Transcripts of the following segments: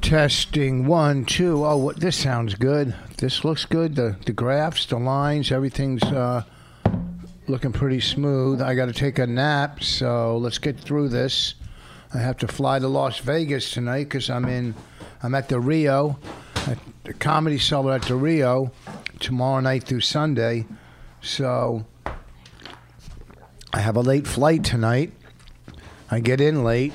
Testing one, two. Oh, what, this sounds good. This looks good. The the graphs, the lines, everything's uh, looking pretty smooth. I got to take a nap, so let's get through this. I have to fly to Las Vegas tonight because I'm in. I'm at the Rio, at the comedy cellar at the Rio, tomorrow night through Sunday. So I have a late flight tonight. I get in late.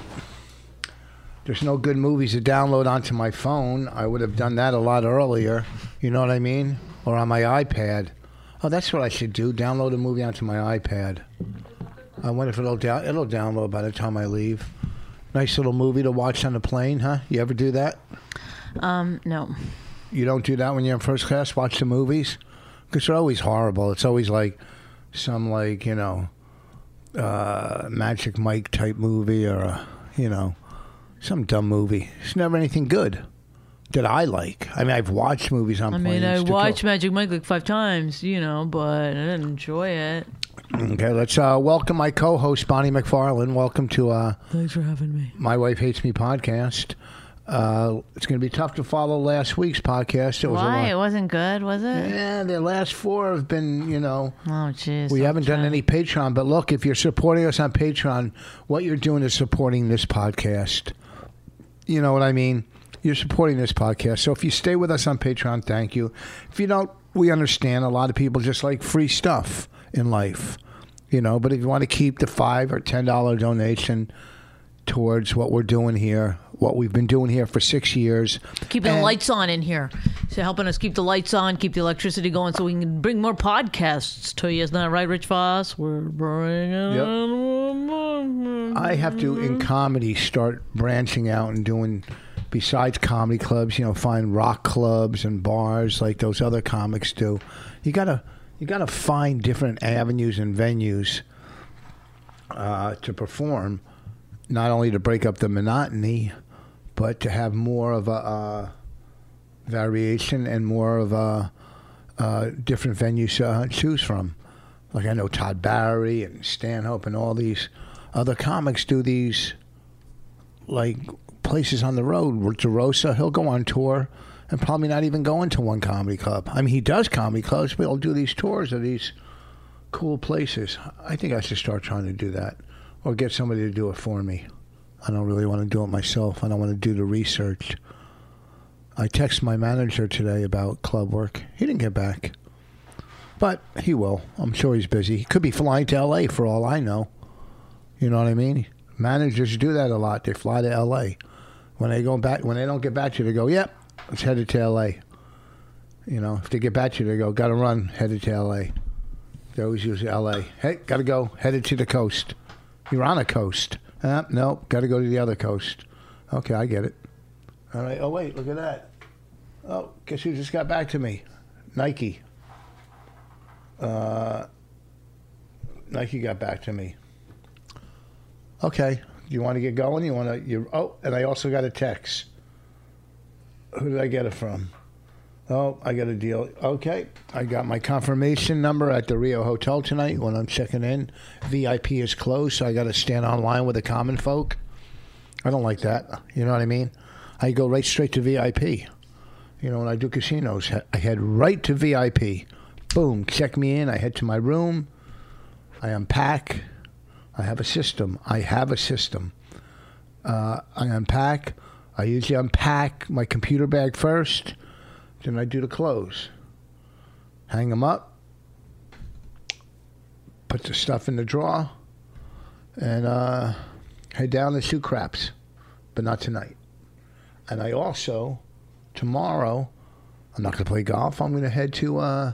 There's no good movies to download onto my phone. I would have done that a lot earlier. You know what I mean? Or on my iPad. Oh, that's what I should do. Download a movie onto my iPad. I wonder if it'll down, it'll download by the time I leave. Nice little movie to watch on the plane, huh? You ever do that? Um, no. You don't do that when you're in first class. Watch the movies because they're always horrible. It's always like some like you know uh, Magic Mike type movie or uh, you know some dumb movie. It's never anything good that I like. I mean, I've watched movies on I planes. mean, I to kill- watched Magic Mike like five times, you know, but I didn't enjoy it. Okay, let's uh, welcome my co-host Bonnie McFarlane. Welcome to uh, Thanks for having me. My Wife Hates Me podcast. Uh, it's going to be tough to follow last week's podcast. It was Why? a It lot. wasn't good, was it? Yeah, the last four have been, you know, Oh, jeez. we I'm haven't done trying- any Patreon. But look, if you're supporting us on Patreon, what you're doing is supporting this podcast. You know what I mean? You're supporting this podcast. So if you stay with us on Patreon, thank you. If you don't, we understand a lot of people just like free stuff in life. You know, but if you want to keep the five or ten dollar donation towards what we're doing here, what we've been doing here for six years, Keeping and- the lights on in here. So helping us keep the lights on, keep the electricity going so we can bring more podcasts to you. Isn't that right, Rich Voss? We're bringing Yep. on- I have to in comedy start branching out and doing besides comedy clubs, you know, find rock clubs and bars like those other comics do. You gotta you gotta find different avenues and venues uh, to perform, not only to break up the monotony, but to have more of a uh, variation and more of a uh, different venues to uh, choose from. Like I know Todd Barry and Stanhope and all these other comics do these like places on the road. DeRosa, he'll go on tour and probably not even go into one comedy club. I mean, he does comedy clubs, but he'll do these tours of these cool places. I think I should start trying to do that or get somebody to do it for me. I don't really want to do it myself. I don't want to do the research. I texted my manager today about club work. He didn't get back. But he will. I'm sure he's busy. He could be flying to LA for all I know. You know what I mean? Managers do that a lot. They fly to LA. When they go back when they don't get back to you, they go, Yep, it's headed to LA. You know, if they get back to you, they go, Gotta run, headed to LA. They always use LA. Hey, gotta go, headed to the coast. You're on a coast. Uh, no, gotta go to the other coast. Okay, I get it. All right. Oh wait, look at that. Oh, guess who just got back to me? Nike. Uh, Nike got back to me. Okay. You want to get going? You want to? You oh, and I also got a text. Who did I get it from? Oh, I got a deal. Okay, I got my confirmation number at the Rio Hotel tonight when I'm checking in. VIP is closed, so I got to stand online with the common folk. I don't like that. You know what I mean? I go right straight to VIP. You know, when I do casinos, he- I head right to VIP. Boom, check me in. I head to my room. I unpack. I have a system. I have a system. Uh, I unpack. I usually unpack my computer bag first. Then I do the clothes. Hang them up. put the stuff in the drawer, and uh, head down to shoot craps, but not tonight. And I also, tomorrow, I'm not going to play golf. I'm going to head to uh,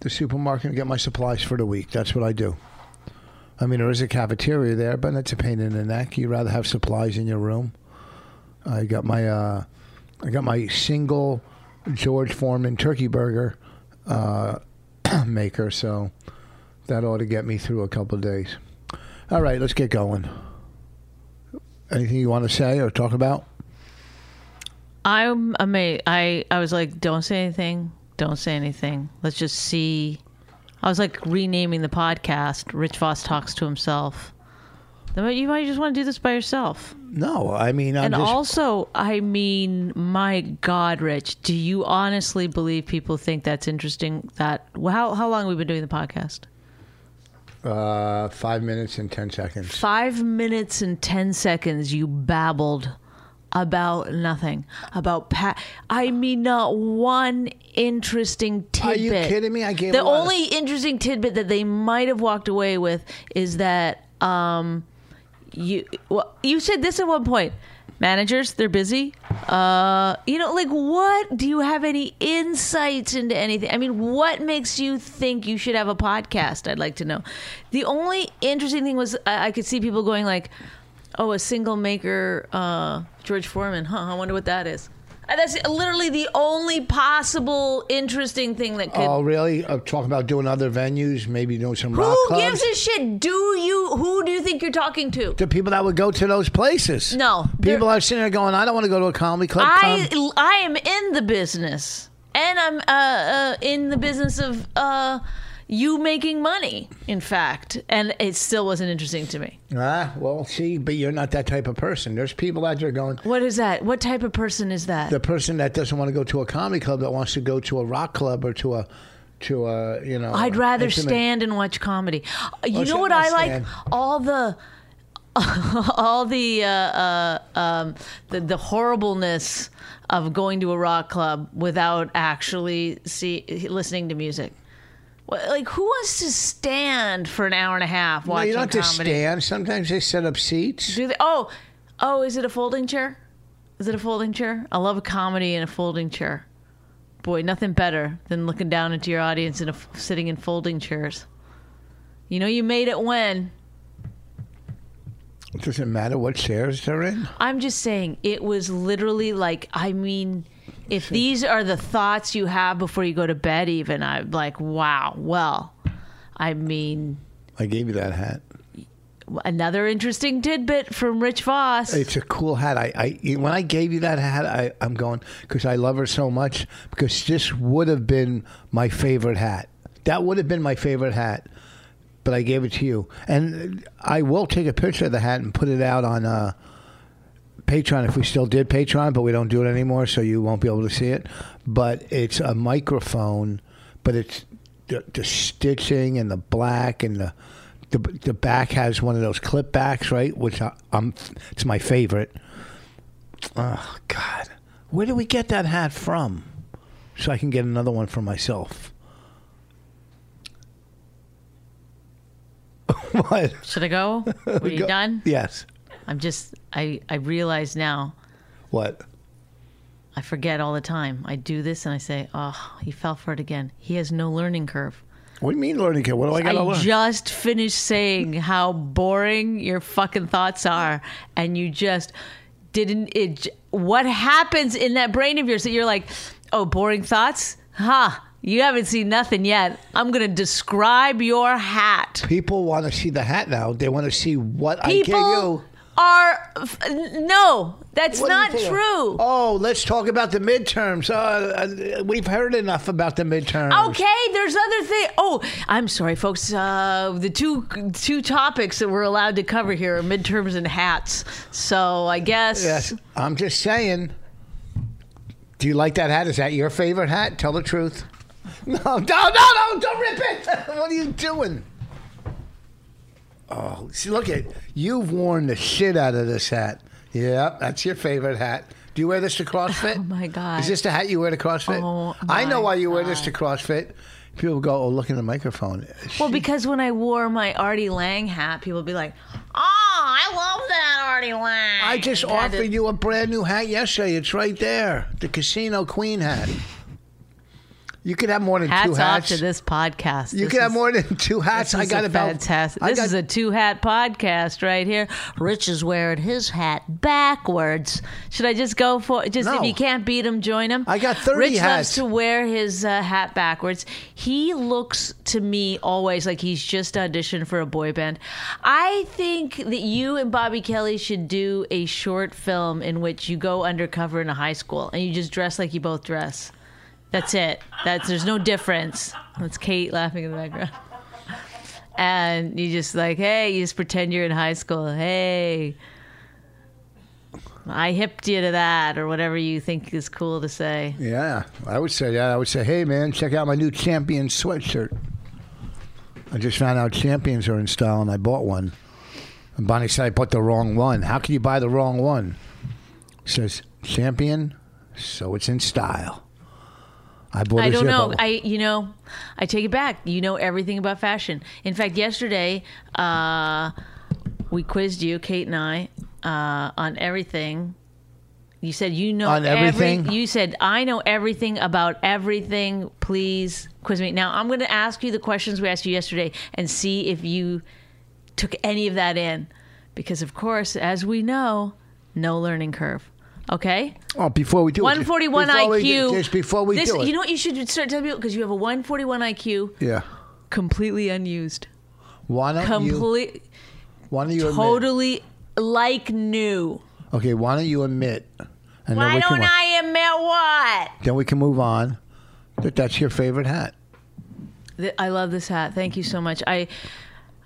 the supermarket and get my supplies for the week. That's what I do. I mean, there is a cafeteria there, but that's a pain in the neck. You'd rather have supplies in your room. I got my uh, I got my single George Foreman turkey burger uh, maker, so that ought to get me through a couple of days. All right, let's get going. Anything you want to say or talk about? I'm amazed. I, I was like, don't say anything. Don't say anything. Let's just see. I was like renaming the podcast. Rich Voss talks to himself. Then You might just want to do this by yourself. No, I mean, I'm and just, also, I mean, my God, Rich, do you honestly believe people think that's interesting? That how how long have we been doing the podcast? uh, five minutes and ten seconds. Five minutes and ten seconds. You babbled about nothing. About Pat. I mean, not one interesting Are tidbit. you kidding me? I gave a The lot of- only interesting tidbit that they might have walked away with is that um, you well, you said this at one point. Managers, they're busy. Uh, you know, like what? Do you have any insights into anything? I mean, what makes you think you should have a podcast? I'd like to know. The only interesting thing was I, I could see people going like, "Oh, a single maker, uh, George Foreman. Huh? I wonder what that is." And that's literally the only possible interesting thing that could Oh, really? Uh, talking about doing other venues, maybe doing some rock who clubs. gives a shit? Do you? Who do you think you're talking to? the people that would go to those places. No, they're- People are sitting there going, I don't want to go to a comedy club. I Come- I am in the business, and I'm uh, uh, in the business of uh, you making money. In fact, and it still wasn't interesting to me. Ah, well, see, but you're not that type of person. There's people out there going, What is that? What type of person is that? the person that doesn't want to go to a comedy club that wants to go to a rock club or to a, to a, you know. I'd rather intimate- stand and watch comedy. Uh, You Well, know shit, what I I like? stand. All the. all the, uh, uh, um, the the horribleness of going to a rock club without actually see listening to music. Wha- Like, who wants to stand for an hour and a half No, watching you don't have to comedy? stand. Sometimes they set up seats. Do they? Oh, oh, is it a folding chair? Is it a folding chair? I love comedy in a folding chair. Boy, nothing better than looking down into your audience and sitting in folding chairs. You know, you made it when. It doesn't matter what chairs they're in. I'm just saying, it was literally like, I mean, if these are the thoughts you have before you go to bed, even, I'm like, wow, well, I mean, I gave you that hat. another interesting tidbit from Rich Voss. It's a cool hat. I, I when I gave you that hat, I, I'm going because I love her so much. Because this would have been my favorite hat. That would have been my favorite hat, but I gave it to you, and I will take a picture of the hat and put it out on uh, Patreon if we still did Patreon, but we don't do it anymore, so you won't be able to see it. But it's a microphone, but it's the, the stitching and the black and the, the the back has one of those clip backs, right? Which I, I'm it's my favorite. Oh God, where did we get that hat from? So I can get another one for myself. what? Should I go? Were you Go- done? Yes. I'm just I I realize now What? I forget all the time. I do this and I say, "Oh, he fell for it again. He has no learning curve." What do you mean learning kit? What do I I got to learn? just finished saying how boring your fucking thoughts are and you just didn't it j- what happens in that brain of yours that you're like, "Oh, boring thoughts? Ha. You haven't seen nothing yet. I'm going to describe your hat." People want to see the hat now. They want to see what I give People you. are f- no, that's What do you not think? true. Oh, let's talk about the midterms. Uh, uh, we've heard enough about the midterms. Okay, there's other thing. Oh, I'm sorry, folks. Uh, the two two topics that we're allowed to cover here are midterms and hats. So I guess Yes, I'm just saying. Do you like that hat? Is that your favorite hat? Tell the truth. No, no, no, no! Don't rip it. what are you doing? Oh, see, look at you've worn the shit out of this hat. Yep, that's your favorite hat. Do you wear this to CrossFit? Oh, my God. Is this the hat you wear to CrossFit? Oh, I know my why you wear this to CrossFit. people go, "Oh, look at the microphone." Well, because when I wore my Artie Lang hat, people would be like, "Oh, I love that Artie Lang." I just had to- offered you a brand new hat yesterday. It's right there, the Casino Queen hat. You could have more than Hats two off hats. to this podcast. You This could have is- more than two hats. This I is got a about fantastic. I This got- is a two hat podcast right here. Rich is wearing his hat backwards. Should I just go for just No. if you can't beat him, join him? I got 30 Rich hats. loves to wear his uh, hat backwards. He looks to me always like he's just auditioned for a boy band. I think that you and Bobby Kelly should do a short film in which you go undercover in a high school and you just dress like you both dress. That's it. That's there's no difference. That's Kate laughing in the background. And you just like, hey, you just pretend you're in high school. Hey, I hipped you to that, or whatever you think is cool to say. Yeah, I would say that. I would say, hey, man, check out my new Champion sweatshirt. I just found out Champions are in style, and I bought one. And Bonnie said I bought the wrong one. How can you buy the wrong one? It says Champion, so it's in style. I bought. I a don't know. zip-up. I you know, I take it back. You know everything about fashion. In fact, yesterday uh, we quizzed you, Kate and I, uh, on everything. You said you know On every- everything? you said I know everything about everything. Please quiz me now. I'm going to ask you the questions we asked you yesterday and see if you took any of that in, because of course, as we know, no learning curve. Okay. Oh, before we do it, 141 before IQ. we do- just before we This- do it, You know what you should start telling people? Because you have a 141 IQ yeah. completely unused. Why don't you? Complete, Why don't you admit- totally like new. Okay, why don't you admit? And Why we can don't wa- I admit what? Then we can move on. That that's your favorite hat. Th- I love this hat. Thank you so much. I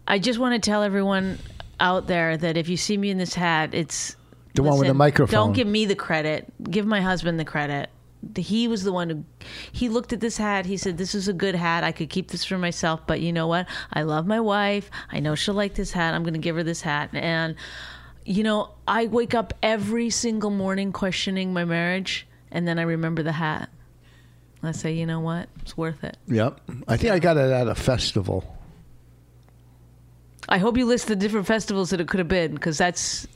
I just want to tell everyone out there that if you see me in this hat, it's The one with the listen, microphone. Don't give me the credit. Give my husband the credit. He was the one who he looked at this hat. He said, "This is a good hat. I could keep this for myself, but you know what? I love my wife. I know she'll like this hat. I'm going to give her this hat." And you know, I wake up every single morning questioning my marriage, and then I remember the hat. I say, "You know what? It's worth it." Yep. I think I got it at a festival. I hope you list the different festivals that it could have been, because that's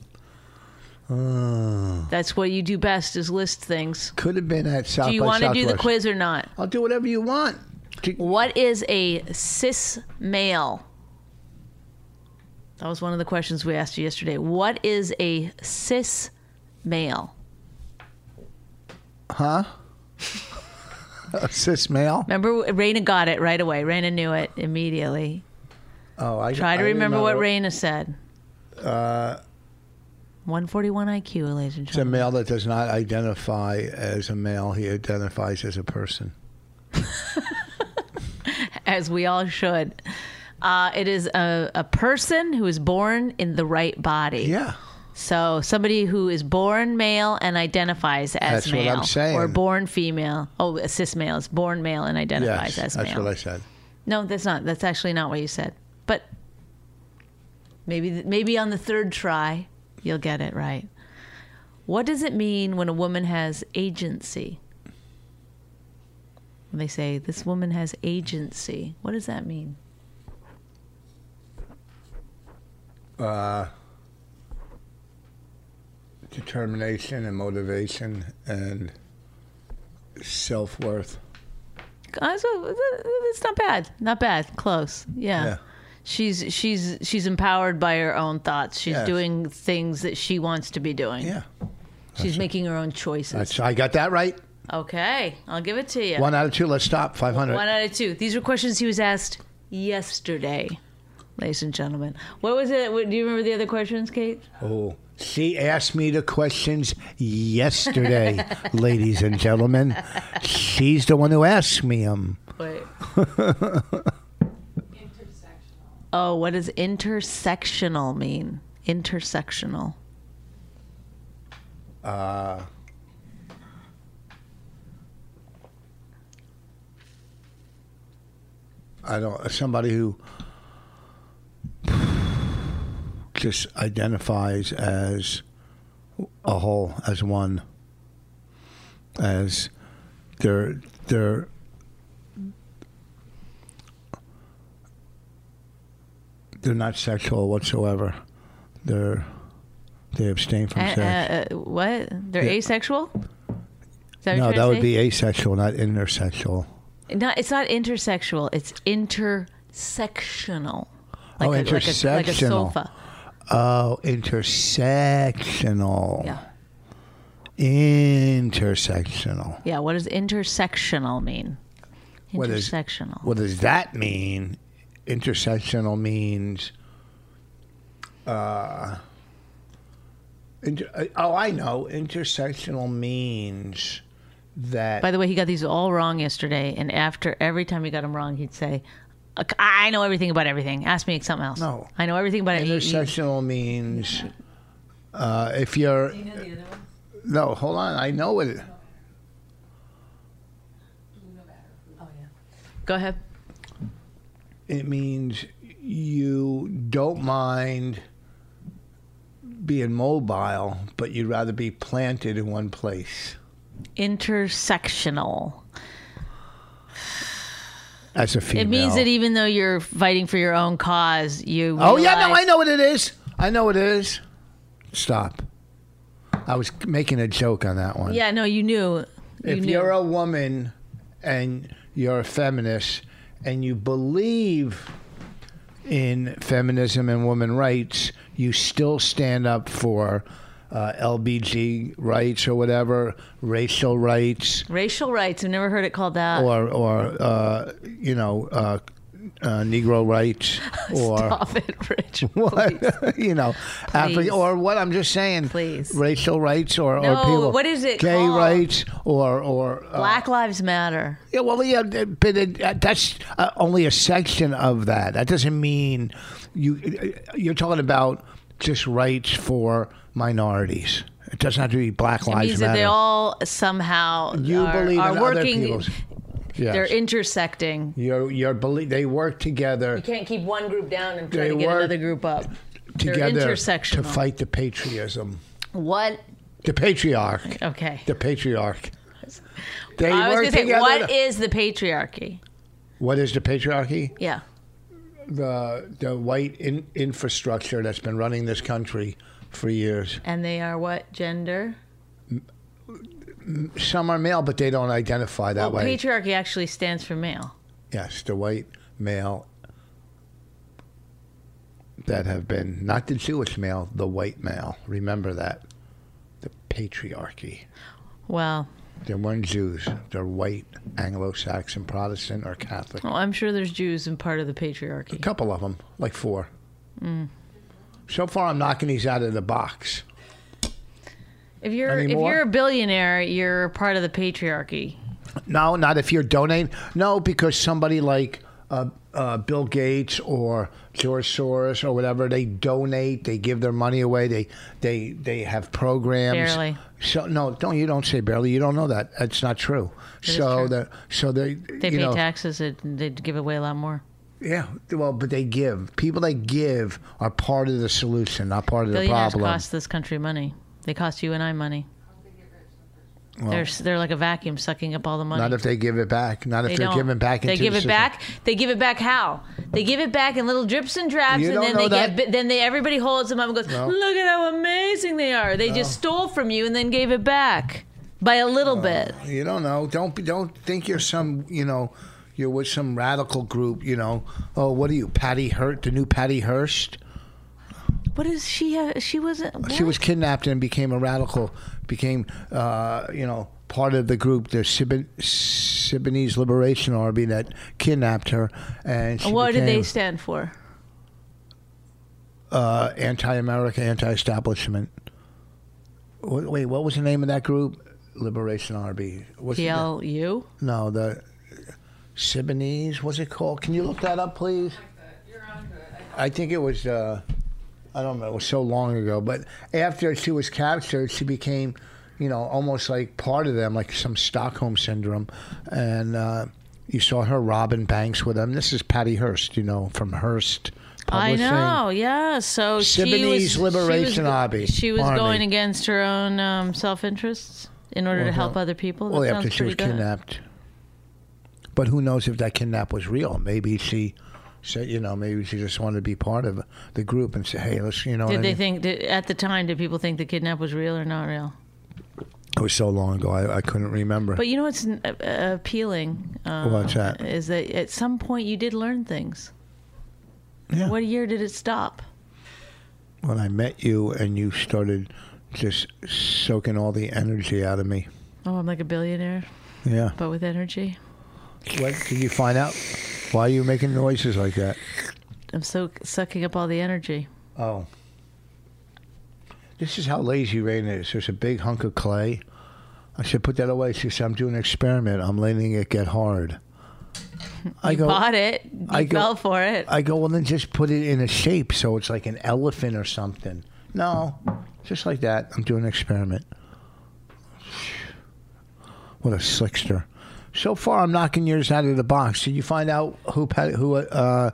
that's what you do best is list things. Could have Uh, been at South Do you by want to do the Southwest. quiz or not? I'll do whatever you want. Do- What is a cis male? That was one of the questions we asked you yesterday. What is a cis male? A cis male. Remember, Raina got it right away. Raina knew it immediately. Oh, I Try to I remember know uh, what Raina said. Uh, 141 IQ, ladies and It's a gentlemen. male that does not identify as a male. He identifies as a person. as we all should. Uh, it is a, a person who is born in the right body. Yeah. So somebody who is born male and identifies as That's what male, I'm saying. or born female. Oh, a cis male is born male and identifies Yes. as That's male. what I said. no, that's not. That's actually not what you said. But maybe th- maybe on the third try you'll get it right. What does it mean when a woman has agency? When they say this woman has agency, what does that mean? Determination and motivation and self worth. Uh, so it's not bad. Not bad. Close. Yeah. Yeah. She's she's she's empowered by her own thoughts. She's Yes. doing things that she wants to be doing. Yeah. she's making her own choices. That's, I got that right. okay, I'll give it to you. One out of two. Let's stop. 500. One out of two. These were questions he was asked yesterday, ladies and gentlemen. What was it? What, do you remember the other questions, Kate? Oh, she asked me the questions yesterday, ladies and gentlemen. She's the one who asked me them. Wait. oh, what does intersectional mean? Intersectional. I don't. Somebody who just identifies as a whole, as one, as their their they're not sexual whatsoever. They're they abstain from Uh, sex. uh, uh, what? They're Yeah. asexual? Is that no, what you're that trying would to be asexual, not intersexual. say? Not, it's not intersexual. It's intersectional. Oh, a- a- Like a, intersectional. sofa. Oh, intersectional. Yeah. Intersectional. Yeah. What does intersectional mean? What is- Intersectional. What does that mean? Intersectional means. Uh, inter- uh, oh, I know. Intersectional means that. By the way, he got these all wrong yesterday, and after every time he got them wrong, he'd say, "Look, "I know everything about everything. Ask me something else." No. I know everything about it. You- you- intersectional means uh, if you're. No, hold on. I know it. Go ahead. it means you don't mind being mobile, but you'd rather be planted in one place. Intersectional. As a female, It means that even though you're fighting for your own cause, you. oh yeah, no, realize- I know what it is. I know what it is. Stop. I was making a joke on that one. Yeah, no, you knew. You if knew. you're a woman and you're a feminist and you believe in feminism and women rights, you still stand up for uh, LBG rights or whatever, racial rights, Racial rights. I've never heard it called that. or or uh, you know, uh, uh, Negro rights, or Stop it, Rich. what you know, Afri- Please. or what I'm just saying, Please. racial rights or, or No, people, what is it gay called? rights or or uh, Black Lives Matter. Yeah, well, yeah, but it, that's uh, only a section of that. That doesn't mean you. uh, You're talking about just rights for minorities. It doesn't have to be Black It Lives means Matter. that they all somehow you are, believe are in working. other people's. Yes. They're intersecting. you're, you're belie- they work together You can't keep one group down and try They to get work another group up. they're together to intersectional. fight the patriotism, What? the patriarch, Okay. the patriarch. They I work was going to say, together. what to- is the patriarchy? what is the patriarchy? Yeah. the the white in, infrastructure that's been running this country for years. And they are what gender? Some are male, but they don't identify that well, way. patriarchy actually stands for male. yes, the white male that have been not the Jewish male, the white male. Remember that the patriarchy. Well, They weren't Jews. They're white, Anglo-Saxon, Protestant, or Catholic. well, I'm sure there's Jews in part of the patriarchy. A couple of them, like four. So far, I'm knocking these out of the box. If you're Any more? if you're a billionaire, you're part of the patriarchy. No, not if you're donating. No, because somebody like uh, uh, Bill Gates or George Soros or whatever, they donate, they give their money away, they they they have programs. Barely. So no, don't you don't say barely. You don't know that. That's not true. is so true. the so they They you pay know, taxes. It, they give away a lot more. Yeah, well, but they give. People that give are part of the solution, not part of the Billionaires problem. cost this country money. They cost you and I money. they're s- they're like a vacuum sucking up all the money. Not if they give it back. Not if they are don't. giving back. They into give the it system. back. They give it back how? They give it back in little drips and drafts, You and don't then know they that. get. bi- Then they everybody holds them up and goes, No. "Look at how amazing they are! They just stole from you and then gave it back by a little bit." You don't know. Don't be- don't think you're some. You know, you're with some radical group. You know. Oh, what are you, Patty Hurt? The new Patty Hearst? What is she? Have? She wasn't. She what? was kidnapped and became a radical. Became, uh, you know, part of the group, the Sib- Sudanese Liberation Army that kidnapped her. And she What did they became, stand for? Uh, anti-America, anti-establishment. Wait, wait, what was the name of that group? Liberation Army. What's the- PLU. No, the Sibonese. What's it called? Can you look that up, please? I think it was. Uh, I don't know. It was so long ago. But after she was captured, she became, you know, almost like part of them, like some Stockholm syndrome. And uh, you saw her robbing banks with them. This is Patty Hearst, you know, from Hearst. I Publishing. know, yeah. So she Sudanese was she Liberation was, Army- She was Army. going against her own um, self interests in order to Well, help no. other people. That Well, sounds after she was pretty good. kidnapped. But who knows if that kidnap was real? Maybe she said, you know, maybe she just wanted to be part of the group and say, hey, let's, you know, what I Did they mean? think did, at the time? Did people think the kidnap was real or not real? it was so long ago, I, I couldn't remember. But you know what's n- uh, appealing? Uh, What's that? Is that at some point you did learn things. yeah. What year did it stop? when I met you and you started just soaking all the energy out of me. Oh, I'm like a billionaire, Yeah. but with energy. What did you find out? Why are you making noises like that? I'm so sucking up all the energy. Oh. This is how lazy Rain is. There's a big hunk of clay. I said, put that away. She said, I'm doing an experiment. I'm letting it get hard. I you bought it. You I go- fell for it. I go, well, then just put it in a shape so it's like an elephant or something. No, just like that. I'm doing an experiment. What a slickster. So far, I'm knocking yours out of the box. Did you find out who Pat, who Oh, uh,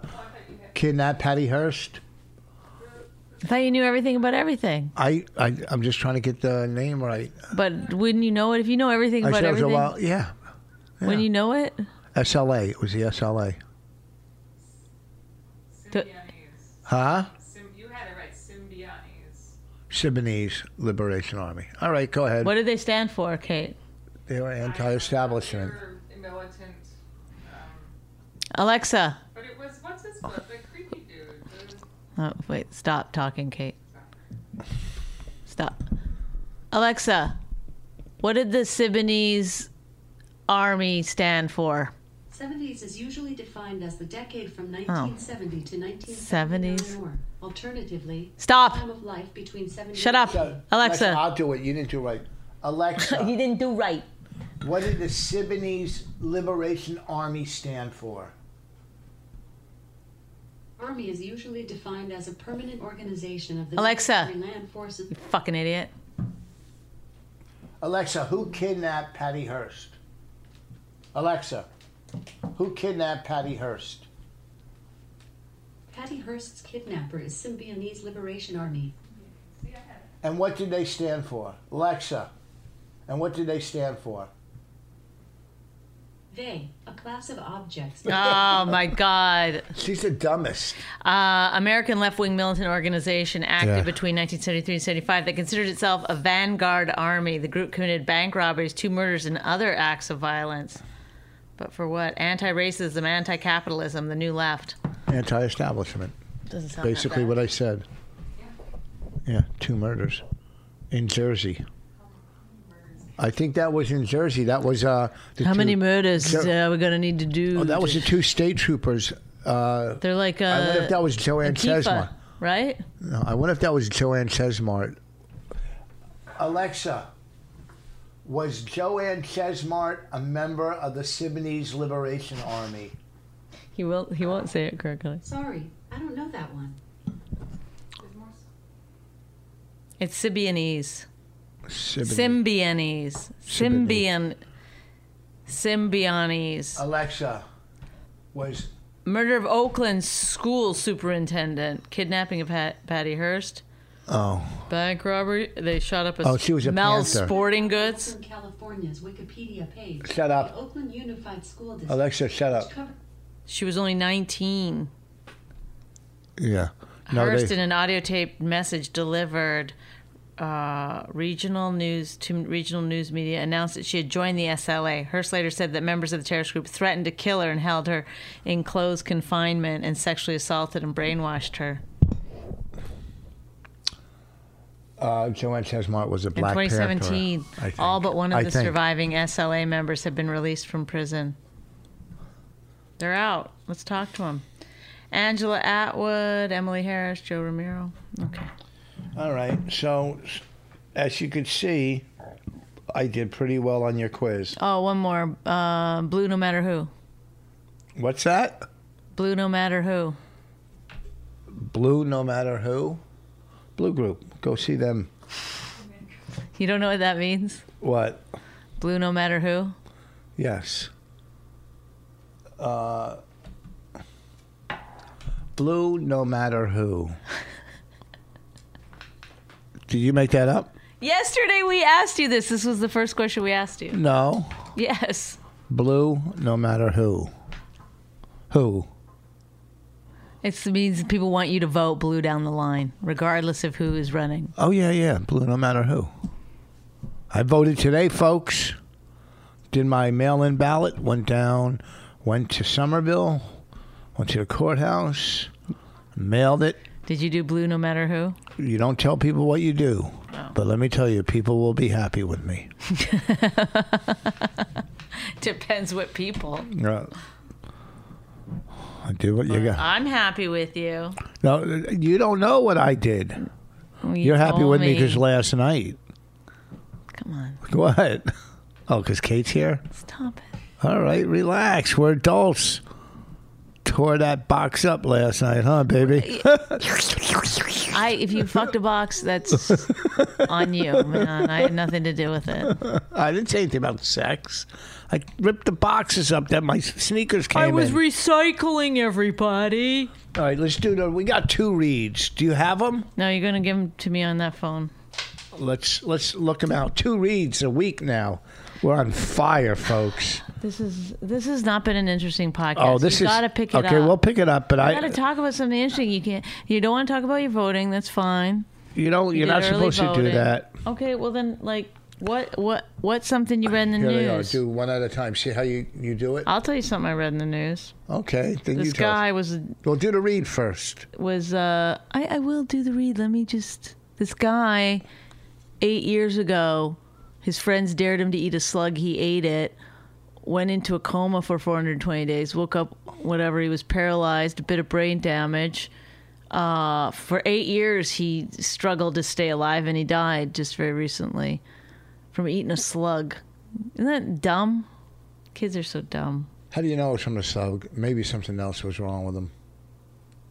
kidnapped Patty Hearst? I thought you knew everything about everything. I, I I'm just trying to get the name right. But wouldn't you know it if you know everything I about said after a everything? while, yeah. When you know it, SLA. It was the SLA. Symbionese. Huh? Sym- you had it right. Symbionese. Symbionese Liberation Army. All right, go ahead. what do they stand for, Kate? They were anti-establishment. They're militant. um, Alexa. But it was what's his foot? The creepy dude. The- Oh, wait, stop talking, Kate. Stop. Alexa, what did the Siboney's army stand for? 70s is usually defined as the decade from 1970 to 70s. 1970 or more. Alternatively, Stop. time of life between 70 Shut up. Alexa. I'll do it. You didn't do right. Alexa, didn't do right. what did the Siboney's Liberation Army stand for? Army is usually defined as a permanent organization of the Alexa. military land forces. Fucking idiot. Alexa, who kidnapped Patty Hearst? Alexa, who kidnapped Patty Hearst? Patty Hearst's kidnapper is Symbionese Liberation Army. And what did they stand for? Alexa, and what did they stand for? They, a class of objects. Oh my God. She's the dumbest. Uh, American left wing militant organization active Yeah. between 1973 and 75 that considered itself a vanguard army. The group committed bank robberies, two murders, and other acts of violence. But for what? Anti racism, anti capitalism, the new left. Anti-establishment. Doesn't sound that Basically, bad. what I said. Yeah, two murders in Jersey. I think that was in Jersey. That was uh, the How two- many murders Jer- uh, are we gonna need to do? Oh, that was the two state troopers. Uh, They're like uh, I wonder if that was Joanne Antifa, Chesmart. right? No, I wonder if that was Joanne Chesmart. Alexa, was Joanne Chesmart a member of the Siboney's Liberation Army? He will. He won't say it correctly. Sorry, I don't know that one. It's Symbionese. Siboney. Symbionese. Symbion. Siboney. Symbionese. Alexa, was Murder of Oakland school superintendent. Kidnapping of Pat, Patty Hearst. oh Bank robbery. They shot up a. Oh, she was a Mel's Panther. Sporting Goods. From California's Wikipedia page. Shut up. The Oakland Unified School District. Alexa, shut up. covered She was only 19. yeah. Hearst in an audio tape message delivered uh, regional news to regional news media announced that she had joined the SLA. Hearst later said that members of the terrorist group threatened to kill her and held her in closed confinement and sexually assaulted and brainwashed her. uh, Joanne Chesmart was a In black Panther, 2017, I think. all but one of I the think. surviving SLA members have been released from prison. They're out. Let's talk to them. Angela Atwood, Emily Harris, Joe Romero. Okay. All right. So, s- as you could see, I did pretty well on your quiz. Oh, one more. Uh, blue, no matter who. What's that? Blue no matter who. Blue, no matter who. Blue group. Go see them. You don't know what that means? What? Blue no matter who? Yes. Uh, blue, no matter who. Did you make that up? Yesterday we asked you this. This was the first question we asked you. No. Yes. Blue, no matter who. Who? It means people want you to vote blue down the line, regardless of who is running. Oh yeah, yeah, blue. No matter who. I voted today, folks. Did my mail-in ballot. Went down. Went to Somerville. Went to the courthouse. Mailed it. Did you do blue no matter who? You don't tell people what you do, but let me tell you, people will be happy with me. Depends what people. Uh, I did what you got. I'm happy with you. No, you don't know what I did. You You're happy told with me because last night. Come on, What? Oh, because Kate's here? stop it. All right, relax. We're adults. Tore that box up last night, huh, baby? I if you fucked a box, that's on you, man. I had nothing to do with it. I didn't say anything about sex. I ripped the boxes up that my sneakers came in. recycling everybody. All right, let's do the. We got two reads. Do you have them? No, you're gonna give them to me on that phone. Let's let's look them out. Two reads a week now. We're on fire, folks. This is this has not been an interesting podcast. Oh, this you is gotta pick it okay. up. We'll pick it up, but you I gotta talk about something interesting. You can't. You don't want to talk about your voting. That's fine. you don't. You're did not early supposed to do voting. that. Okay, well then, like, what, what, what's something you read in Here the they are. news? Do one at a time. See how you you do it. I'll tell you something I read in the news. Okay, then This you tell. us. guy was Well, do the read first. was uh I, I will do the read. Let me just this guy eight years ago, his friends dared him to eat a slug, he ate it, went into a coma for four hundred and twenty days, woke up whatever, he was paralyzed, a bit of brain damage. Uh, for eight years he struggled to stay alive and he died just very recently from eating a slug. Isn't that dumb? Kids are so dumb. How do you know it's from the slug? Maybe something else was wrong with them.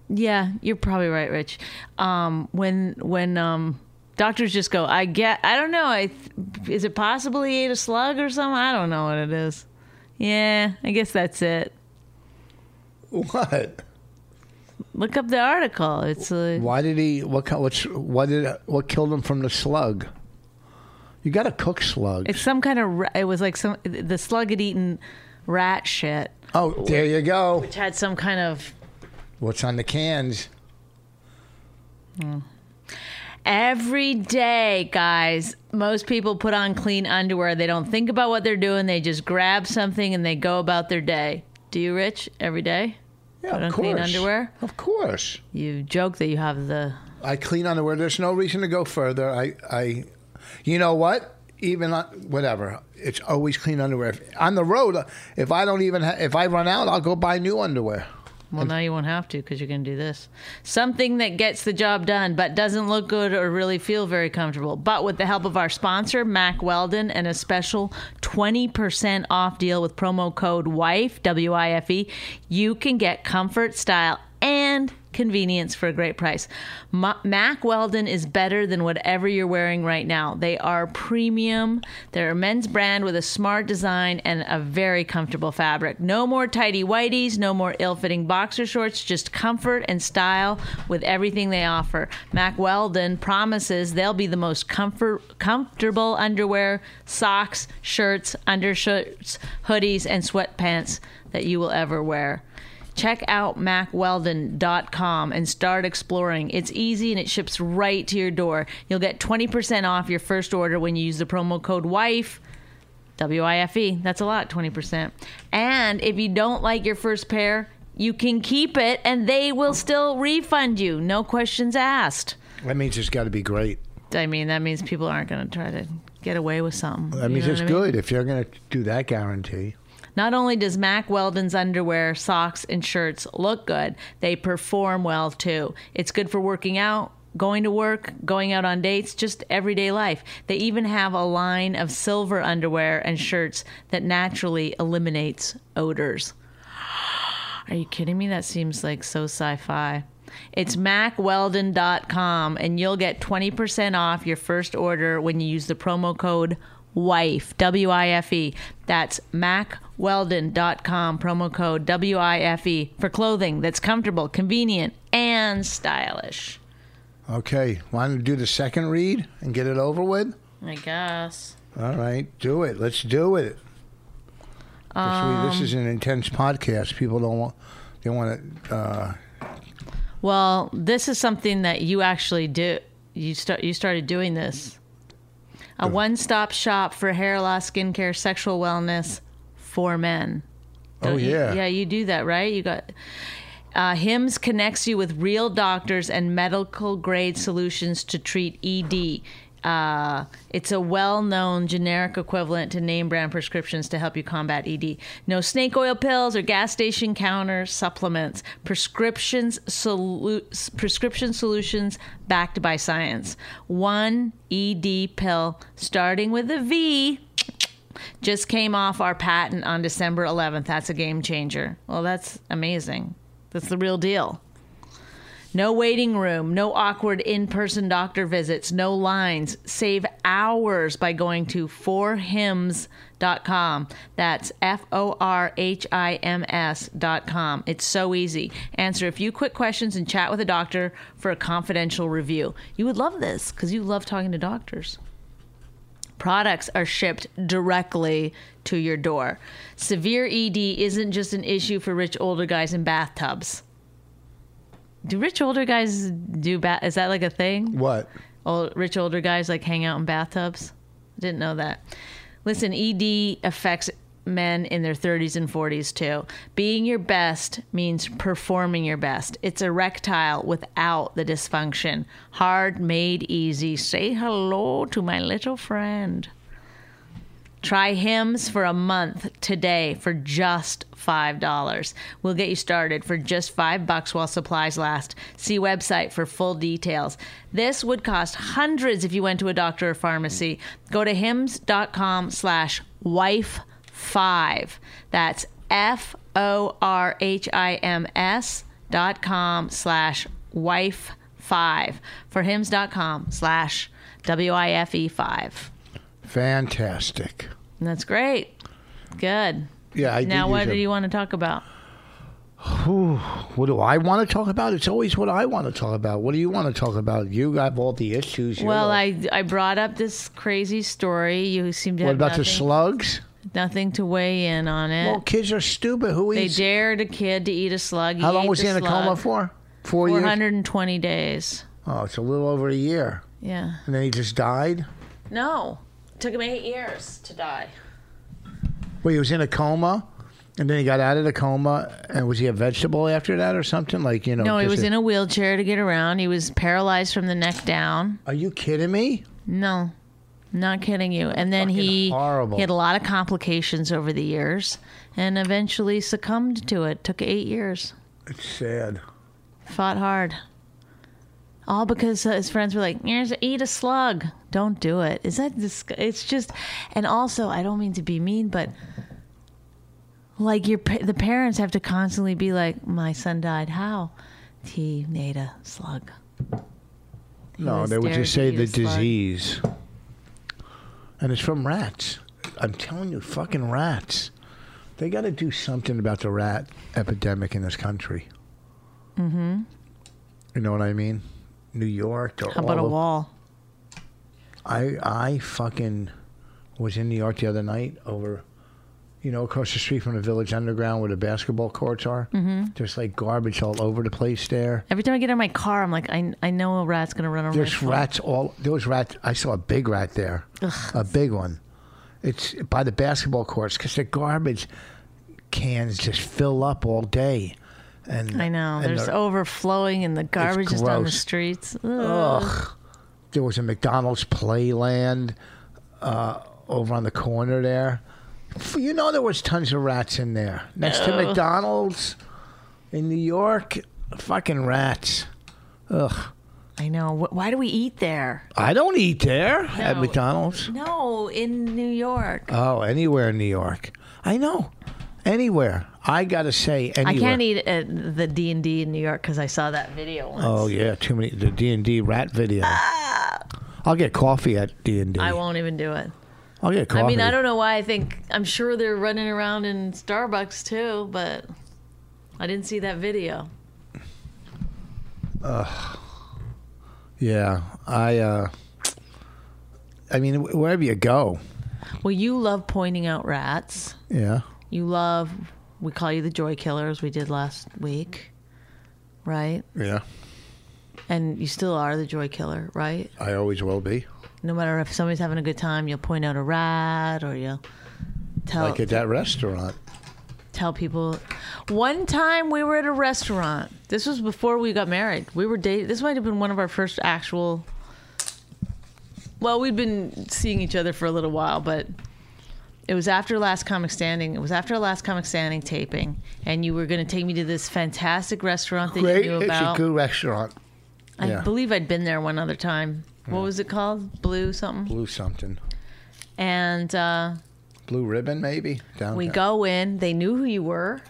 Yeah, you're probably right, Rich. Um, when when um, doctors just go, I get, I don't know, I th- is it possible he ate a slug or something? I don't know what it is. Yeah, I guess that's it. What? Look up the article. It's uh, Why did he? What? ki- What's? What did? What killed him from the slug? You got to cook slugs. it's some kind of ra- it was like some the slug had eaten rat shit, oh, there you go. which had some kind of What's on the cans? Every day, guys, most people put on clean underwear. They don't think about what they're doing. They just grab something and they go about their day. Do you, Rich? Every day? Yeah, Put of on course. clean underwear? Of course. You joke that you have the. I clean underwear. There's no reason to go further. I, I, you know what? Even on, whatever, it's always clean underwear. If, on the road, uh, if I don't even, ha- if I run out, I'll go buy new underwear. Well, now you won't have to because you're going to do this. Something that gets the job done but doesn't look good or really feel very comfortable. But with the help of our sponsor, Mac Weldon, and a special 20% off deal with promo code WIFE, W I F E, you can get comfort, style, and convenience for a great price. Ma- Mac Weldon is better than whatever you're wearing right now. They are premium. They're a men's brand with a smart design and a very comfortable fabric. No more tidy whiteys, no more ill-fitting boxer shorts, just comfort and style with everything they offer. Mac Weldon promises they'll be the most comfort comfortable underwear, socks, shirts, undershirts, hoodies and sweatpants that you will ever wear. Check out macweldon.com and start exploring. It's easy and it ships right to your door. You'll get 20% off your first order when you use the promo code WIFE. E. W I F E. That's a lot, 20%. And if you don't like your first pair, you can keep it and they will still refund you. No questions asked. That means it's got to be great. I mean, that means people aren't going to try to get away with something. That You means know it's what I mean? good if you're going to do that guarantee. Not only does Mac Weldon's underwear, socks, and shirts look good, they perform well too. It's good for working out, going to work, going out on dates, just everyday life. They even have a line of silver underwear and shirts that naturally eliminates odors. Are you kidding me? That seems like so sci fi. It's macweldon.com, and you'll get 20% off your first order when you use the promo code WIFE, W I F E. That's macweldon.com, promo code W I F E, for clothing that's comfortable, convenient, and stylish. Okay, want to do the second read and get it over with? I guess. All right, do it. Let's do it. This, we- this is an intense podcast. People don't want they want to uh, Well, this is something that you actually do. You start. You started doing this. A one-stop shop for hair loss, skincare, sexual wellness for men. Oh Don't you- yeah. yeah, you do that, right? You got uh, Hims connects you with real doctors and medical grade solutions to treat ED. Uh, it's a well-known generic equivalent to name brand prescriptions to help you combat ED. No snake oil pills or gas station counter supplements. Prescriptions solu- prescription solutions backed by science. One ED pill starting with a V just came off our patent on December 11th. That's a game changer. Well, that's amazing. That's the real deal. No waiting room, no awkward in person doctor visits, no lines. Save hours by going to forhims.com. That's F O R H I M S.com. It's so easy. Answer a few quick questions and chat with a doctor for a confidential review. You would love this because you love talking to doctors products are shipped directly to your door. Severe ED isn't just an issue for rich older guys in bathtubs. Do rich older guys do bath? Is that like a thing? What? Old, rich older guys like hang out in bathtubs? Didn't know that. Listen, ED affects men in their 30s and 40s too. Being your best means performing your best. It's erectile without the dysfunction. Hard made easy. Say hello to my little friend. Try Hims for a month today for just $5. We'll get you started for just 5 bucks while supplies last. See website for full details. This would cost hundreds if you went to a doctor or pharmacy. Go to hims.com slash wife five. That's F O R H I M S dot com slash wife five for hims dot com slash W I F E five. Fantastic. And That's great. Good. Yeah. I now, did what use do a- you want to talk about? What do I want to talk about? It's always what I want to talk about. What do you want to talk about? You have all the issues. You're Well, the- I I brought up this crazy story. You seem to What have about nothing, the slugs? nothing to weigh in on it. Well, kids are stupid. Who they eats? dared a kid to eat a slug. How long was he in a coma for? Four Four years. hundred and twenty days. Oh, it's a little over a year, Yeah. and then he just died. No, took him eight years to die. Well, he was in a coma, and then he got out of the coma, and was he a vegetable after that or something? Like you know? No, he just was in a wheelchair to get around. He was paralyzed from the neck down. Are you kidding me? No, not kidding you. And then he horrible. he had a lot of complications over the years, and eventually succumbed to it. Took eight years. It's sad. Fought hard. All because uh, his friends were like, "Here's eat a slug. Don't do it." Is that dis- It's just, and also, I don't mean to be mean, but like your pa- the parents have to constantly be like, "My son died. How? He made a slug." No, was they would just say dared to the eat a slug. disease, and it's from rats. I'm telling you, fucking rats. They got to do something about the rat epidemic in this country. Mm-hmm. Mm-hmm. You know what I mean? New York. How about a wall? I I fucking was in New York the other night over, you know, across the street from the Village Underground where the basketball courts are. Mm-hmm. There's like garbage all over the place there. Every time I get in my car, I'm like, I, I know a rat's gonna run over. my There's foot. rats all. There was rats. I saw a big rat there, a big one. It's by the basketball courts because the garbage cans just fill up all day. And I know. and There's the- overflowing and the garbage just on the gross. streets. Ugh. there was a McDonald's Playland uh, over on the corner there. F- You know there was tons of rats in there next to McDonald's in New York. Fucking rats. I know. Wh- Why do we eat there? I don't eat there at No. McDonald's. No, in New York. Oh, anywhere in New York. I know. Anywhere. I gotta say anywhere. I can't eat at the D and D in New York because I saw that video once. Oh yeah, too many the D and D rat video. I'll get coffee at D and D. Ah. I won't even do it. I'll get coffee. I mean, I don't know why. I think I'm sure they're running around in Starbucks too, but I didn't see that video. Yeah, I. uh I mean, wh- wherever you go. Well, you love pointing out rats. Yeah. You love. We call you the joy killer, as we did last week. right? Yeah, And you still are the joy killer, right? I always will be. No matter if somebody's having a good time, you'll point out a rat or you'll tell Like at that restaurant. tell people. One time we were at a restaurant. This was before we got married. We were dating. This might have been one of our first actual. Well, we'd been seeing each other for a little while, but it was after Last Comic Standing. It was after Last Comic Standing taping, and you were going to take me to this fantastic restaurant that Great, you knew it's a about. good restaurant. I yeah. believe I'd been there one other time. What was it called? Blue something. Blue something, And uh, blue ribbon maybe. Down we there. go in. They knew who you were.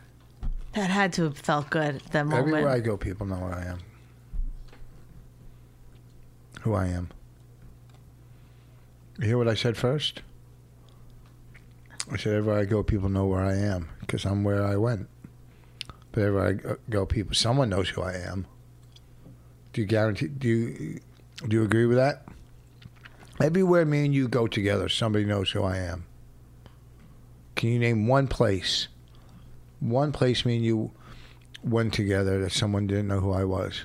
That had to have felt good at that moment. everywhere I go. People know where I am, who I am. You hear what I said first? I said everywhere I go, people know where I am because I'm where I went. But everywhere I go- go, people, someone knows who I am. Do you guarantee? Do you do you agree with that? Everywhere me and you go together, somebody knows who I am. Can you name one place? One place me and you went together that someone didn't know who I was?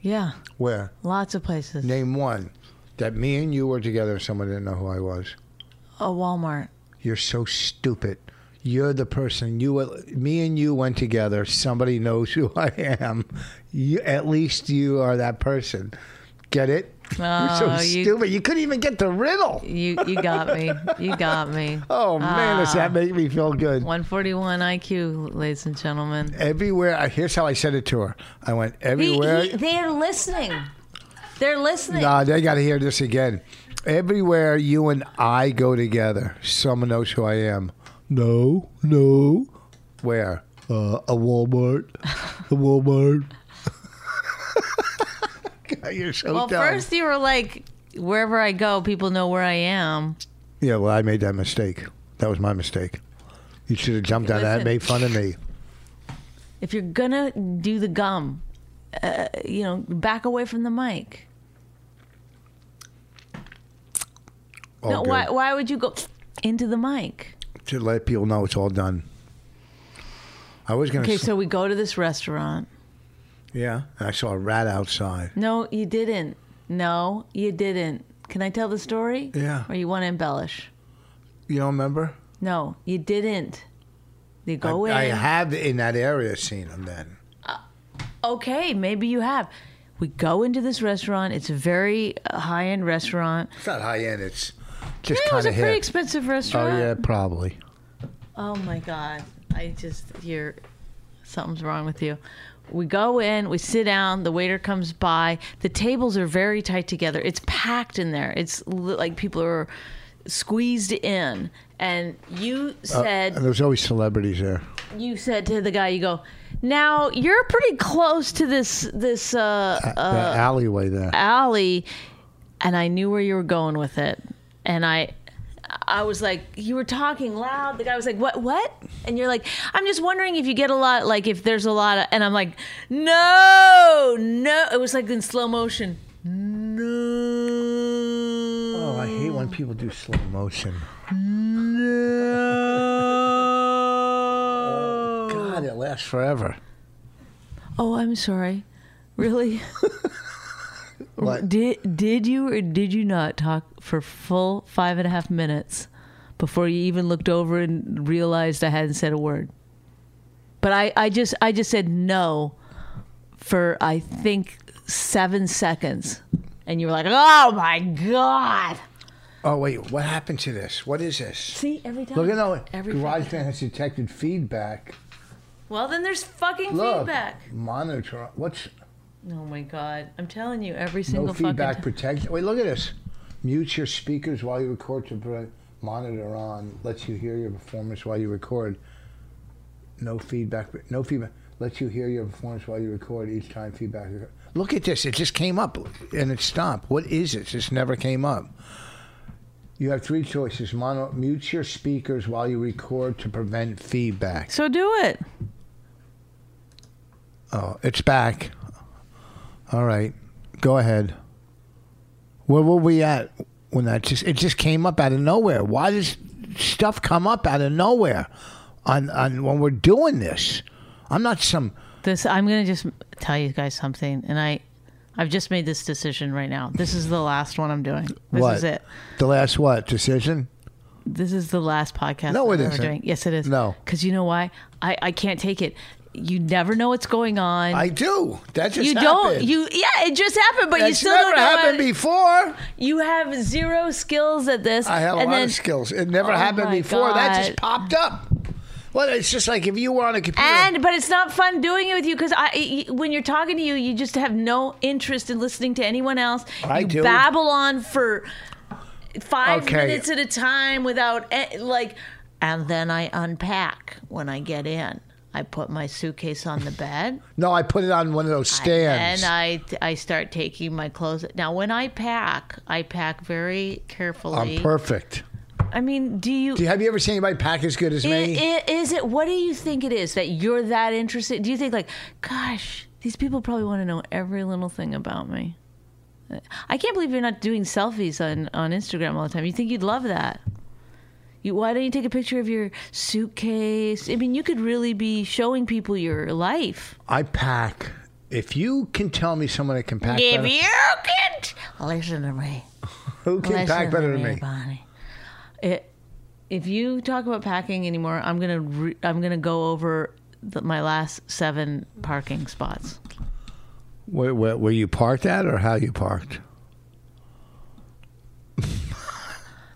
Yeah, Where? lots of places. Name one that me and you were together and someone didn't know who I was. A Oh, Walmart. You're so stupid. You're the person you me and you went together. Somebody knows who I am. You, at least you are that person. Get it? You're Oh, so you- stupid. You couldn't even get the riddle. You you got me. You got me. Oh man, does Ah. that make me feel good? 141 IQ, ladies and gentlemen. Everywhere. I- Here's how I said it to her. I went everywhere. they're listening. They're listening. Nah, they got to hear this again. Everywhere you and I go together, someone knows who I am. No, no. Where? Uh, a Walmart. A Walmart. God, You're so well, dumb. first you were like, wherever I go, people know where I am. yeah, well, I made that mistake. That was my mistake. You should have jumped on that and Listen. made fun of me. If you're gonna do the gum, uh, you know, back away from the mic. All no, good. why why would you go into the mic? To let people know it's all done. I was going to Okay, so we go to this restaurant. Yeah. And I saw a rat outside. No, you didn't. No, you didn't. Can I tell the story? Yeah. Or you want to embellish? You don't remember? No, you didn't. You go I, I in. have in that area seen him then. okay, maybe you have. We go into this restaurant. It's a very high end restaurant. It's not high end. It's just It was kind a of pretty hip. expensive Oh restaurant. yeah, probably. Oh my God. I just, you're, something's wrong with you. We go in, we sit down, the waiter comes by. The tables are very tight together. It's packed in there. It's li- like people are squeezed in. And you Uh, said, And there's always celebrities there. you said to the guy, you go, now you're pretty close to this, this, uh, The alleyway there. alley and I knew where you were going with it. And I I was like, you were talking loud. The guy was like, "What? What?" And you're like, "I'm just wondering if you get a lot, like if there's a lot." Of, and I'm like, "No, no." It was like in slow motion. No. oh, I hate when people do slow motion. God, it lasts forever. Oh, I'm sorry. Really? What? did did you or did you not talk for full five and a half minutes before you even looked over and realized I hadn't said a word? But I, I just I just said no for I think seven seconds. And you were like, Oh my god. Oh wait, what happened to this? What is this? See, every time Look at that. every GarageBand has detected feedback. Well then there's fucking Look, feedback. monitor. What's Oh my god. I'm telling you, every single no fucking feedback time. protection? Wait, look at this. Mute your speakers while you record to put monitor on. Lets you hear your performance while you record. No feedback. No feedback. Lets you hear your performance while you record each time feedback. Look at this. It just came up and it stopped. What is it? This never came up. You have three choices. Mono, mute your speakers while you record to prevent feedback. so do it. Oh, it's back. All right, go ahead. Where were we at when that just it just came up out of nowhere? Why does stuff come up out of nowhere on on when we're doing this? I'm not some This I'm gonna just tell you guys something, and I, I've just made this decision right now. This is the last one I'm doing. This what? is it. The last what decision? This is the last podcast. No, that it I'm ever isn't. Doing. Yes, it is. No. because you know why? I I can't take it. You never know what's going on. I do. That just you happened. don't. You yeah, it just happened, but you That's still never don't know. how happened to- before. you have zero skills at this. I had a and lot then, of skills. It never Oh happened my before. That just God. popped up. Well, it's just like if you were on a computer. And but it's not fun doing it with you because I y- when you're talking to you, you just have no interest in listening to anyone else. I you do. babble on for five Okay. minutes at a time without a- like, and then I unpack when I get in. I put my suitcase on the bed no, I put it on one of those stands. and I I start taking my clothes. Now when I pack, I pack very carefully. am perfect. I mean, do you Do you, have you ever seen anybody pack as good as me? I- i- is it? What do you think it is that you're that interested? Do you think like, gosh, these people probably want to know every little thing about me? I can't believe you're not doing selfies on on Instagram all the time. You think you'd love that? You, why don't you take a picture of your suitcase? I mean, you could really be showing people your life. I pack. If you can tell me someone that can pack better, If you can t- listen to me, who can listen pack better to than me? Bonnie. It- if you talk about packing anymore, I'm gonna re- I'm gonna go over the, my last seven parking spots. Where, where, where you parked at or how you parked?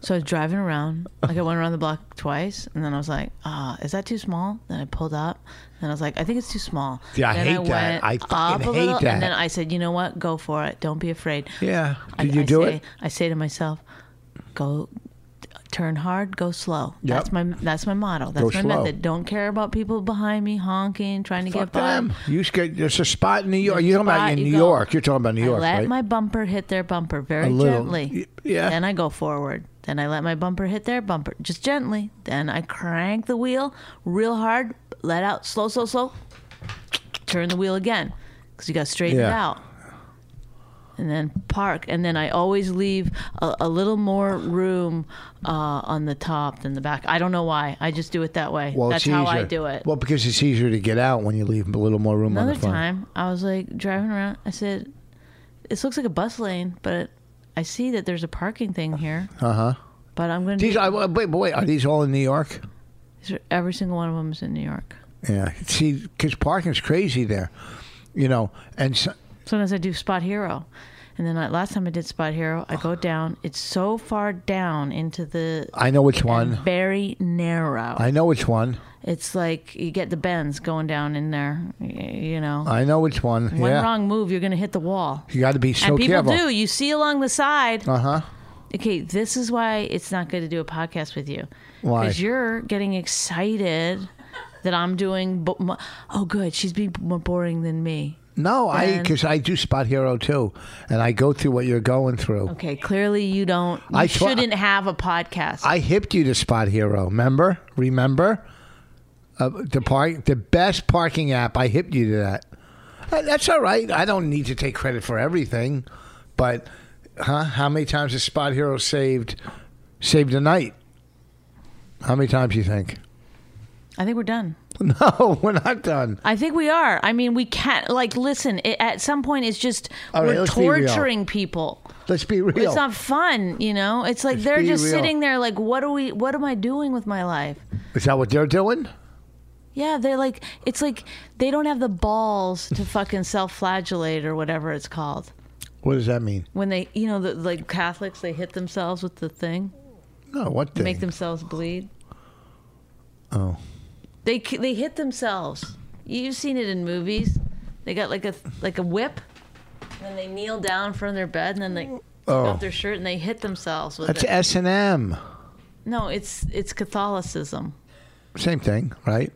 So I was driving around, like I went around the block twice, and then I was like, "Ah, is that too small?" Then I pulled up, and I was like, "I think it's too small." Yeah, I then hate that. went I fucking up a hate little, that. And then I said, "You know what? Go for it. Don't be afraid." Yeah. I- Did you I do say, it? I say to myself, go t- turn hard, go slow. Yep. That's my that's my motto. That's Go my slow. method. Don't care about people behind me honking, trying to Fuck get by. them. You just get, there's a spot in New York. You're talking about spot, in you New go. York. You're talking about New I York, let right? my bumper hit their bumper very A little. gently. Y- yeah. Then I go forward. Then I let my bumper hit their bumper just gently. Then I crank the wheel real hard, let out slow, slow, slow. Turn the wheel again because you got to straighten it Yeah. out. And then park. And then I always leave a, a little more room uh, on the top than the back. I don't know why. I just do it that way. well, That's it's how easier. I do it. Well, because it's easier to get out when you leave a little more room on Another the front. time, I was like driving around. I said, "This looks like a bus lane, but I see that there's a parking thing here." Uh huh. But I'm going to. Uh-huh. These, I, wait, but wait, are these all in New York? Every single one of them is in New York. Yeah. See, because parking's crazy there, you know. And so, Sometimes I do Spot Hero, and then I, last time I did Spot Hero, I go down. It's so far down into the. I know which and one. Very narrow. I know which one. it's like you get the bends going down in there. y- You know, I know which one. one Uh, yeah. wrong move, you're going to hit the wall. You got to be so and people careful. do. You see along the side. Uh huh. Okay, this is why it's not good to do a podcast with you. Why? Because you're getting excited that I'm doing. Bo- mo- oh, good. She's being more boring than me. No, I Then- because I do Spot Hero too, and I go through what you're going through. Okay, clearly you don't. You I thought- shouldn't have a podcast. I hipped you to Spot Hero. Remember? Remember? Uh, the park, the best parking app. I hipped you to that. Uh, that's all right. I don't need to take credit for everything, but huh? How many times has Spot Hero saved saved a night? How many times do you think? I think we're done. No, we're not done. I think we are. I mean, we can't. Like, listen. It, at some point, it's just All right, we're let's be real. torturing people. Let's be real. It's not fun, you know. It's like Let's they're be just real. sitting there, like, what do we? What am I doing with my life? Is that what they're doing? Yeah, they're like it's like they don't have the balls to fucking self-flagellate or whatever it's called. What does that mean? When they, you know, the, like Catholics, they hit themselves with the thing, No, what thing? make themselves bleed. oh, They c- they hit themselves. You've seen it in movies. They got like a like a whip, and then they kneel down from their bed, and then they take Oh. off their shirt and they hit themselves with that's it. S and M. no, it's it's Catholicism. Same thing, right?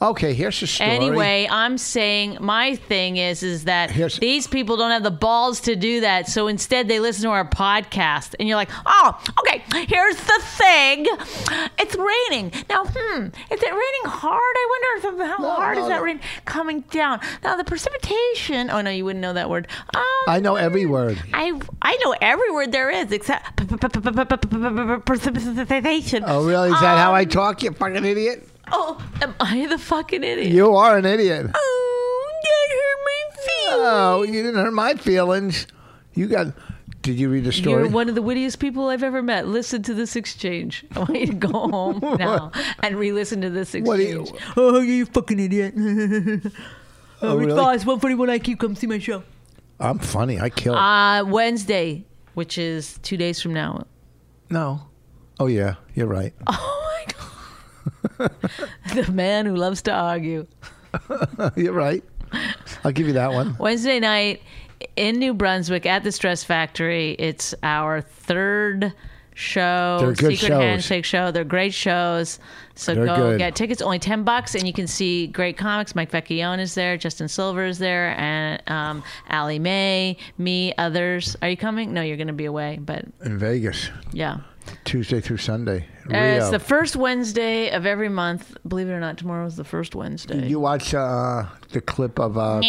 Okay, here's the story. Anyway, I'm saying my thing is is that Here's- these people don't have the balls to do that, so instead they listen to our podcast, and you're like, oh, okay, here's the thing, it's raining now. Hmm, is it raining hard? I wonder if how No, hard no, is that no. rain coming down? Now the precipitation. Oh no, you wouldn't know that word. Um, I know every word. I I know every word there is except p- p- p- p- p- p- p- p- precipitation. Oh, really? Is that how I Um, talk, you fucking idiot? Oh, am I the fucking idiot? You are an idiot. Oh, that hurt my feelings. Oh, you didn't hurt my feelings. You got. Did you read the story? You're one of the wittiest people I've ever met. Listen to this exchange. I want you to go home now and re-listen to this exchange. What do you- oh, you fucking idiot! Oh, really? one forty-one IQ. Come see my show. I'm funny. I kill. Uh, Wednesday, which is two days from now. no. Oh yeah, you're right. Oh my god! the man who loves to argue. you're right. I'll give you that one. Wednesday night in New Brunswick at the Stress Factory. It's our third show, They're good Secret shows. Handshake show. They're great shows. So They're go good. get tickets. Only ten bucks, and you can see great comics. Mike Vecchione is there. Justin Silver is there, and um, Allie May, me, others. Are you coming? No, you're going to be away, but In Vegas, yeah. Tuesday through Sunday. Uh, it's Rio. the first Wednesday of every month. Believe it or not, tomorrow is the first Wednesday. you watch uh, the clip of uh,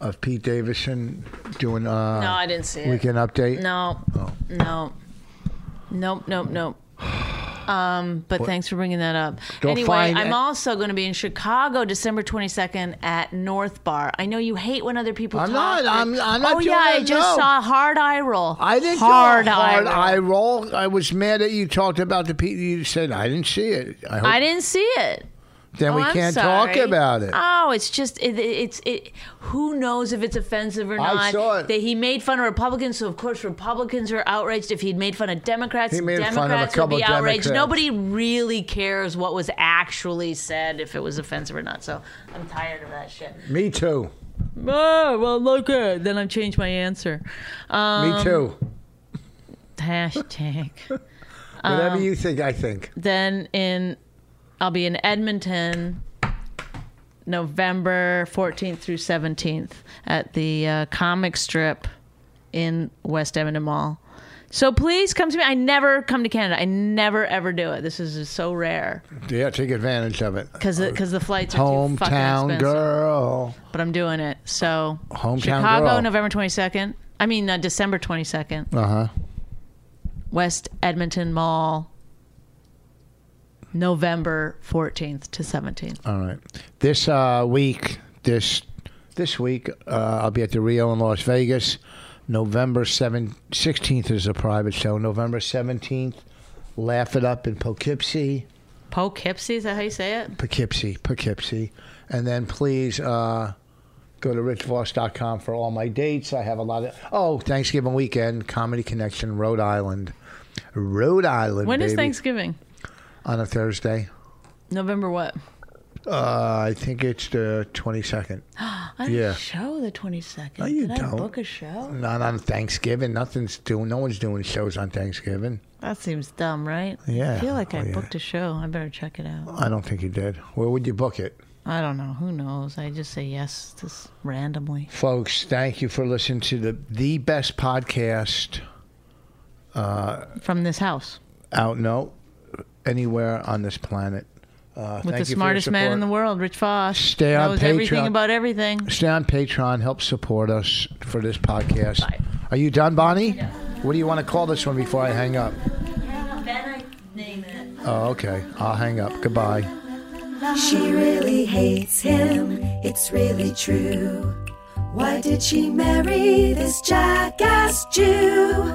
of Pete Davidson doing uh, no, I didn't see it. Weekend Update. No. Oh. No. Nope, nope, nope. Um, but thanks for bringing that up. Go anyway, find I'm a- also going to be in Chicago December 22nd at North Bar. I know you hate when other people I'm talk. not- I'm- I'm not Oh doing yeah, I that, no. just saw hard eye roll. I didn't do a hard, hard eye eye roll. roll. I was mad that you talked about the Pete. You said I didn't see it. I, hope I didn't see it. Then we Oh, I'm can't sorry. talk about it. Oh, it's just it, it- it's it. Who knows if it's offensive or I not? saw it. That he made fun of Republicans, so of course Republicans are outraged. If he'd made fun of Democrats, He made fun of Democrats a couple would be of outraged. Democrats. Nobody really cares what was actually said if it was offensive or not. So I'm tired of that shit. Me too. Oh well, look at then I've changed my answer. Um, Me too. Hashtag. Whatever um, you think, I think. then in I'll be in Edmonton November 14th through 17th at the uh, comic strip in West Edmonton Mall. So please come to me. I never come to Canada. I never ever do it. This is just so rare Yeah, take advantage of it. because because the flights are too fucking Hometown expensive. girl. But I'm doing it. So Hometown Chicago, girl. November 22nd. I mean uh, December 22nd. Uh huh. West Edmonton Mall. November 14th to 17th. All right. This uh, week, this this week, uh, I'll be at the Rio in Las Vegas. November 7, 16th is a private show. November 17th, Laugh It Up in Poughkeepsie. Poughkeepsie, is that how you say it? Poughkeepsie, Poughkeepsie. And then please uh, go to richvoss.com for all my dates. I have a lot of. Oh, Thanksgiving weekend, Comedy Connection, Rhode Island. Rhode Island. When is baby. Thanksgiving? On a Thursday. November what? Uh, I think it's the 22nd. I did Yeah. a show the 22nd. No, you did I don't. book a show? Not on Thanksgiving. Nothing's doing. No one's doing shows on Thanksgiving. That seems dumb, right? Yeah. I feel like I Oh, yeah. booked a show. I better check it out. I don't think you did. Where would you book it? I don't know. Who knows? I just say yes just randomly. Folks, thank you for listening to the the best podcast From this house. out no anywhere on this planet. Uh, thank With you the for your smartest man in support. the world, Rich Foss. Stay on knows everything Patreon. about everything. Stay on Patreon. Help support us for this podcast. Are you done, Bonnie? What do you want to call this one before I hang up? Oh, okay. I'll hang up. Goodbye. She really hates him, it's really true. Why did she marry this jackass Jew?